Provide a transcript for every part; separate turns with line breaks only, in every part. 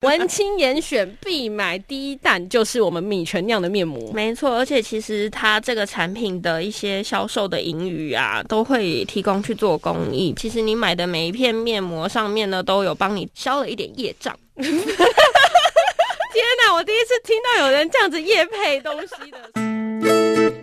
文青严选必买第一弹就是我们米泉酿的面膜。
没错，而且其实它这个产品的一些销售的盈余啊，都会提供去做公益。其实你买的每一片面膜上面呢，都有帮你消了一点业障。
天哪，我第一次听到有人这样子夜配东西 的。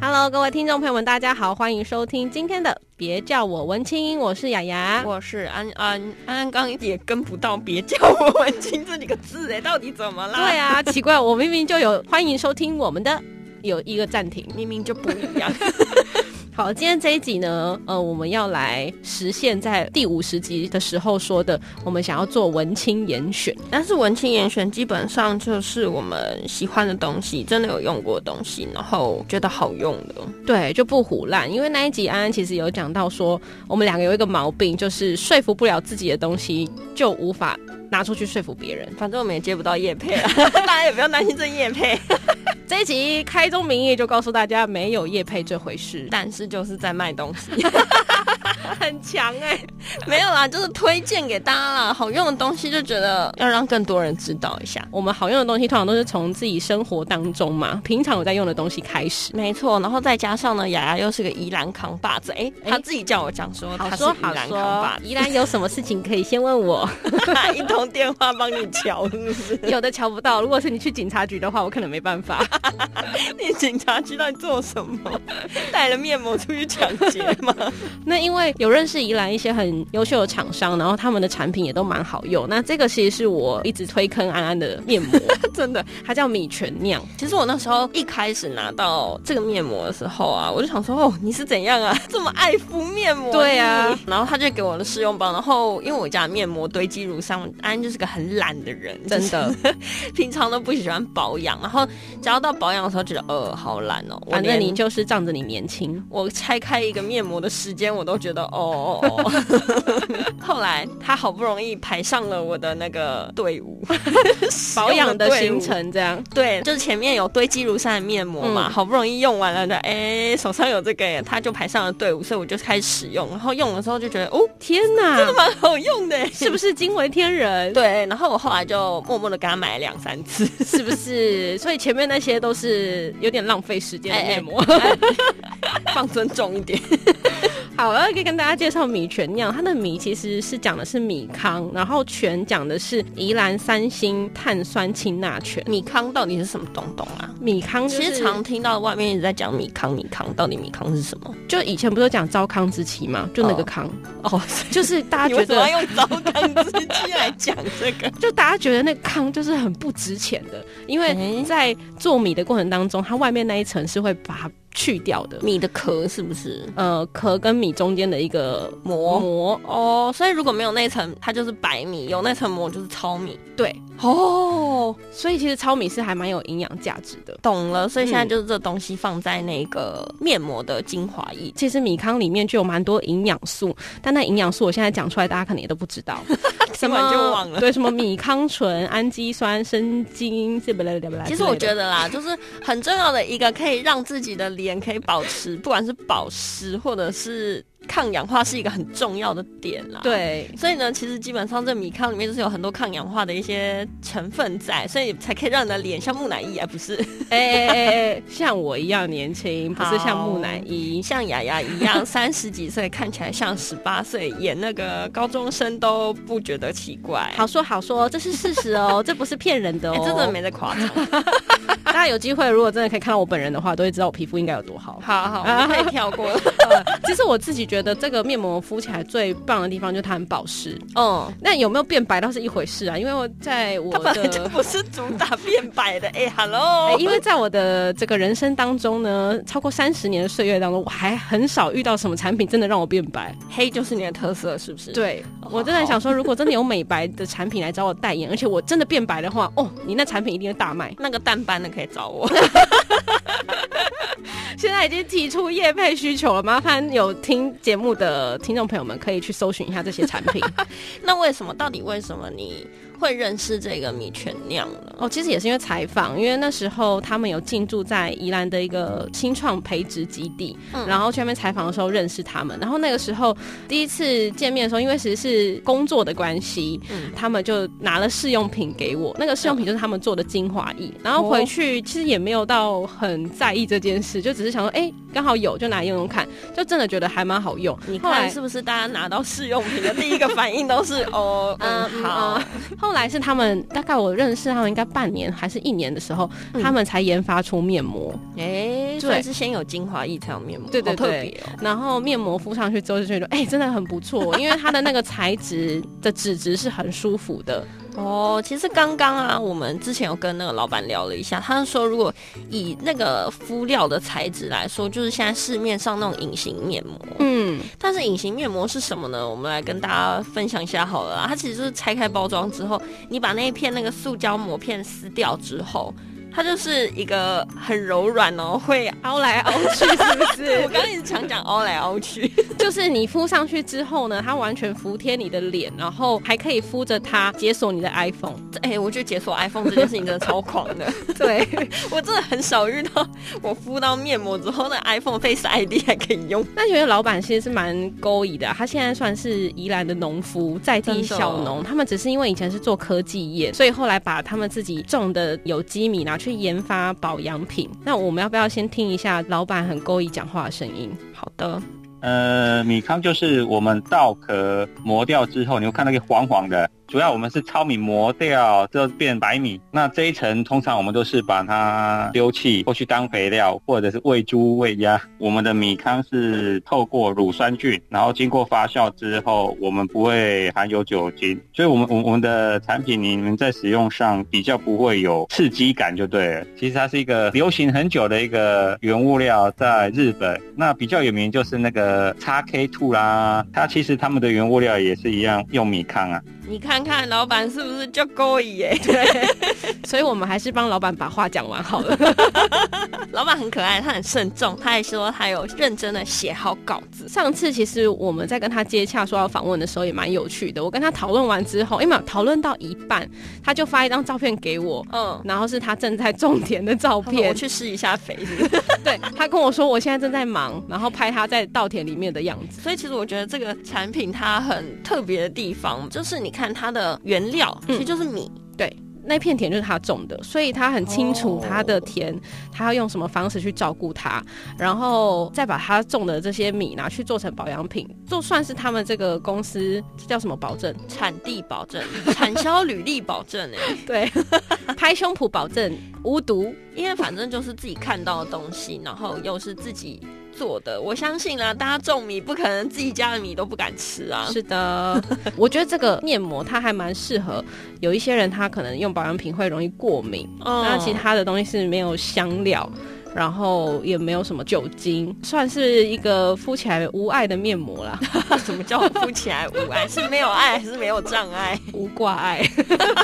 Hello，各位听众朋友们，大家好，欢迎收听今天的《别叫我文青》，我是雅雅。
我是安安，安安刚也跟不到，别叫我文青这几个字哎，到底怎么啦？
对啊，奇怪，我明明就有欢迎收听我们的，有一个暂停。
明明就不一样。
好，今天这一集呢，呃，我们要来实现在第五十集的时候说的，我们想要做文青严选。
但是文青严选基本上就是我们喜欢的东西，真的有用过的东西，然后觉得好用的。
对，就不胡乱，因为那一集安安其实有讲到说，我们两个有一个毛病，就是说服不了自己的东西，就无法拿出去说服别人。
反正我们也接不到叶配啊， 大家也不要担心这叶配。
这一集开宗明义就告诉大家，没有业配这回事，
但是就是在卖东西，
很强哎、
没有啦，就是推荐给大家啦，好用的东西就觉得要让更多人知道一下。
我们好用的东西通常都是从自己生活当中嘛，平常有在用的东西开始。
没错，然后再加上呢，雅雅又是个宜兰扛把子，哎、
哎
她自己叫我讲说她
好
是
说
宜
好
兰扛
说
把，子，
宜兰有什么事情可以先问 我，
一通电话帮你瞧，是不是？
有的瞧不到。如果是你去警察局的话，我可能没办法。
你警察局到底做什 么？带了面膜出去抢劫吗？
那因为有认识宜兰一些很优秀的厂商，然后他们的产品也都蛮好用。那这个其实是我一直推坑安安的面 膜，
真的，
它叫米泉酿。
其实我那时候一开始拿到这个面膜的时候啊，我就想说，哦，你是怎样啊， 这么爱敷面膜？
对啊
你，然后他就给我的试用包，然后因为我家面膜堆积如山，我安安就是个很懒的人，
真的，
平常都不喜欢保养，然后只要到保养的时候，觉得呃好懒哦，我
反正
连
你就是仗着你年轻，
我拆开一个面膜的时间，我都觉得哦哦哦。 后来他好不容易排上了我的那个队 伍，
保养的
队伍
行。程这样。
对，就是前面有堆积如山的面膜嘛，
嗯
好不容易用完了的，哎，手上有这个耶，他就排上了队伍，所以我就开始使用。然后用的时候就觉得，哦，
天哪，
蛮好用的耶，
是不
是？
是惊为天人？
对，然后我后来就默默的给他买了两三次。
是不是？所以前面那些都是有点浪费时间的面膜。
放尊重一点，
好，我要跟大家介绍米泉酿，它的米其实是讲的是米糠，然后泉讲的是宜兰三星碳酸氢钠泉。
米糠到底是什么东东啊？
米糠就是
其实常听到外面一直在讲米糠，米糠到底米糠是什么？
就以前不是有讲糟糠之期嘛，就那个糠，
哦，
就是大
你
家觉
为什么
得，
要用糟糠之妻来讲这个？
就大家觉得那个糠就是很不值钱的，因为
诶
在做米的过程当中，它外面那一层是会把它去掉的，
米的壳是不是
呃，壳跟米中间的一个
膜？
膜，
哦，所以如果没有那层，它就是白米；有那层膜就是糙米。
对，
哦，
所以其实糙米是还蛮有营养价值的。
懂了。所以现在
嗯
就是这东西放在那个面膜的精华液。
其实米糠里面就有蛮多营养素，但那营养素我现在讲出来，大家可能也都不知道， 什么
完就忘了
对，什么米糠醇、氨基酸、生津，这不啦不啦。
其实我觉
得。
得啦， 就是很重要的一个可以让自己的脸可以保持，不管是保湿或者是抗氧化，是一个很重要的点啦。。
对，
所以呢，其实基本上这米糠里面就是有很多抗氧化的一些成分在，所以才可以让你的脸像木乃伊，而不是
哎哎哎哎，像我一样年轻，不是像
好
木乃伊。
像雅雅一 样三十几岁看起来像十八岁，演那个高中生都不觉得奇怪。
好说好说，这是事实 哦，这不是骗人的
哎、
哦。
真的，没在夸张。
大家有机会如果真的可以看到我本人的话，都会知道我皮肤应该有多好。
好好，我们可以跳过了。
其实我自己觉得这个面膜敷起来最棒的地方就是它很保湿，
嗯，
那有没有变白倒是一回事啊，因为我在我
它本来 就
的。
不是主打变白的。哎、哈 h e l l
哎
o
因为在我的这个人生当中呢，超过三十年的岁月当中，我还很少遇到什么产品真的让我变白。
黑就是你的特色，是不是？，
对
哦
我真的想说，如果真的有美白的产品来找我代言，而且我真的变白的话，哦，你那产品一定会大卖。
那个淡斑的可以找我。
现在已经提出业配需求了，麻烦有听节 目的听众朋友们可以去搜寻一下这些产品。
那为什么？到底为什么你会认识这个米全酿呢？
哦，其实也是因为采访，因为那时候他们有进驻在宜兰的一个新创培植基地，
嗯
然后去那边采访的时候认识他们。然后那个时候第一次见面的时候，因为其实是工作的关系，
嗯
他们就拿了试用品给我，那个试用品就是他们做的精华
哦
液。然后回去其实也没有到很在意这件事，就只是想说，哎、刚好有就拿来用用看，就真的觉得还蛮好用。
你
后来
看是不是大家拿到试用品的第一个反应都是哦，嗯，
嗯
好，
后来是他们大概我认识他们应该半年还是一年的时候，
嗯
他们才研发出面膜。
哎、算是先有精华液才有面膜，
对对
好特
对
别哦。
然后面膜敷上去之后就觉得，哎、真的很不 错，因为它的那个材质的纸质是很舒服的。
哦，其实刚刚啊，我们之前有跟那个老板聊了一下，他是说如果以那个敷料的材质来说，就是现在市面上那种隐形面膜，
嗯，
但是隐形面膜是什么呢？我们来跟大家分享一下好了啦。它其实就是拆开包装之后，你把那一片那个塑胶膜片撕掉之后，它就是一个很柔软哦，会凹来凹去，是不是？ 我刚刚一直想讲哦凹来凹去，
就是你敷上去之后呢，它完全服帖你的脸，然后还可以敷着它解锁你的 iPhone。
哎、我觉得解锁 iPhone 这件事情真的超狂的。
对，
我真的很少遇到我敷到面膜之后，那 iPhone Face ID 还可以用。
那觉得老板其实是蛮勾引的啊，他现在算是宜兰的农夫，在地小
真的
农。他们只是因为以前是做科技业，所以后来把他们自己种的有机米拿去研发保养品。那我们要不要先听一下老板很勾引讲话的声音？
好的，
呃，米糠就是我们稻壳磨掉之后，你会看那个黄黄的。主要我们是糙米磨掉，之后变白米。那这一层通常我们都是把它丢弃，或去当肥料，或者是喂猪喂鸭。我们的米糠是透过乳酸菌，然后经过发酵之后，我们不会含有酒精，所以我们我们我们的产品你们在使用上比较不会有刺激感就对了。其实它是一个流行很久的一个原物料，在日本那比较有名就是那个 x K Two 啦，它其实他们的原物料也是一样用米糠啊。
你看看老板是不是就勾引耶？
所以我们还是帮老板把话讲完好了。
老板很可爱，他很慎重，他还说他有认真的写好稿子。
上次其实我们在跟他接洽说要访问的时候也蛮有趣的，我跟他讨论完之后，因为讨论到一半，他就发一张照片给我。
嗯，
然后是他正在种田的照
他说我
片，
去试一下肥是不是
对他跟我说我现在正在忙，然后拍他在稻田里面的样子。
所以其实我觉得这个产品它很特别的地方，就是你看它的原料
嗯
其实就是米。
对，那片田就是他种的，所以他很清楚他的田，他要用什么方式去照顾它，然后再把他种的这些米拿去做成保养品，就算是他们这个公司这叫什么保证？
产地保证、产销履历保证哎、
对， 拍胸脯保证无毒。
因为反正就是自己看到的东西，然后又是自己做的，我相信啦，大家种米不可能自己家的米都不敢吃啊。
是的， 我觉得这个面膜它还蛮适合有一些人，他可能用保养品会容易过敏，
嗯
那其他的东西是没有香料，然后也没有什么酒精，算是一个敷起来无碍的面膜 啦，
什么叫我敷起来无碍？是没有爱还是没有障碍？
无挂碍。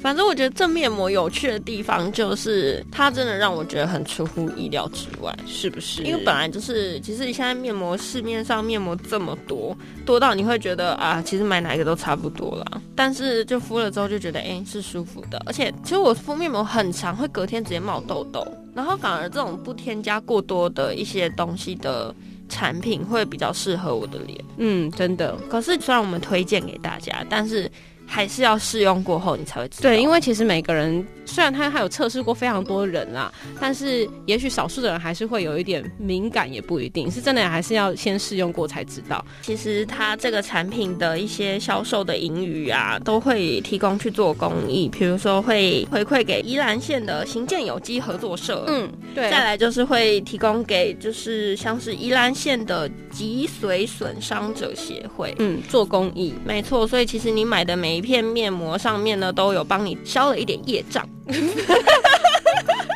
反正我觉得这面膜有趣的地方就是，它真的让我觉得很出乎意料之外。
是不是？
因为本来就是，其实现在面膜市面上面膜这么多，多到你会觉得啊，其实买哪一个都差不多啦。但是就敷了之后就觉得，哎、是舒服的。而且其实我敷面膜很长，会隔天直接冒痘痘。然后反而这种不添加过多的一些东西的产品会比较适合我的脸。
嗯，真的。
可是虽然我们推荐给大家，但是还是要试用过后你才会知道。
对，因
为
为其实每个人虽然他还有测试过非常多人啦，但是也许少数的人还是会有一点敏感，也不一定是真的，还是要先试用过才知道。
其实它这个产品的一些销售的盈余啊，都会提供去做公益，比如说会回馈给宜兰县的行健有机合作社，，
嗯，对
再来就是会提供给就是像是宜兰县的脊髓损伤者协会。
嗯，做公益，
没错，所以其实你买的每一片面膜上面呢，都有帮你消了一点业障。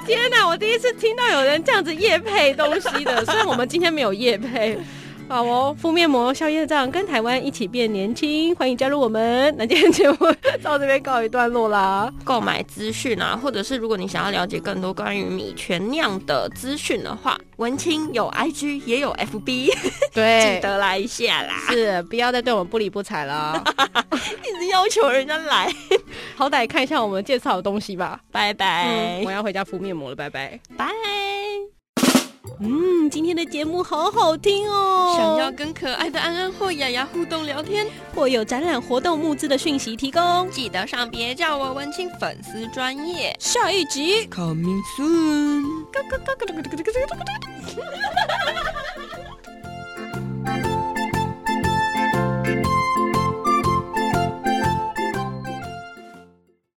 天哪！我第一次听到有人这样子夜配东西 的，虽然我们今天没有夜配。好哦，敷面膜、消夜障，跟台湾一起变年轻，欢迎加入我们。那今天节目 到这边告一段落啦。
购买资讯啊，或者是如果你想要了解更多关于米全酿的资讯的话，文青有 IG 也有 FB，记
对
得来一下啦，
是不要再对我们不理不睬了。
一直要求人家来。
好歹看一下我们介绍的东西吧。
拜拜
嗯，我，要回家敷面膜了，拜拜。
拜。
嗯，今天的节目好好听哦
想要跟可爱的安安或雅雅互动聊天，
或有展览活动募资的讯息提供。
记得上别叫我文青粉丝专业。
下一集
Coming soon，go go go。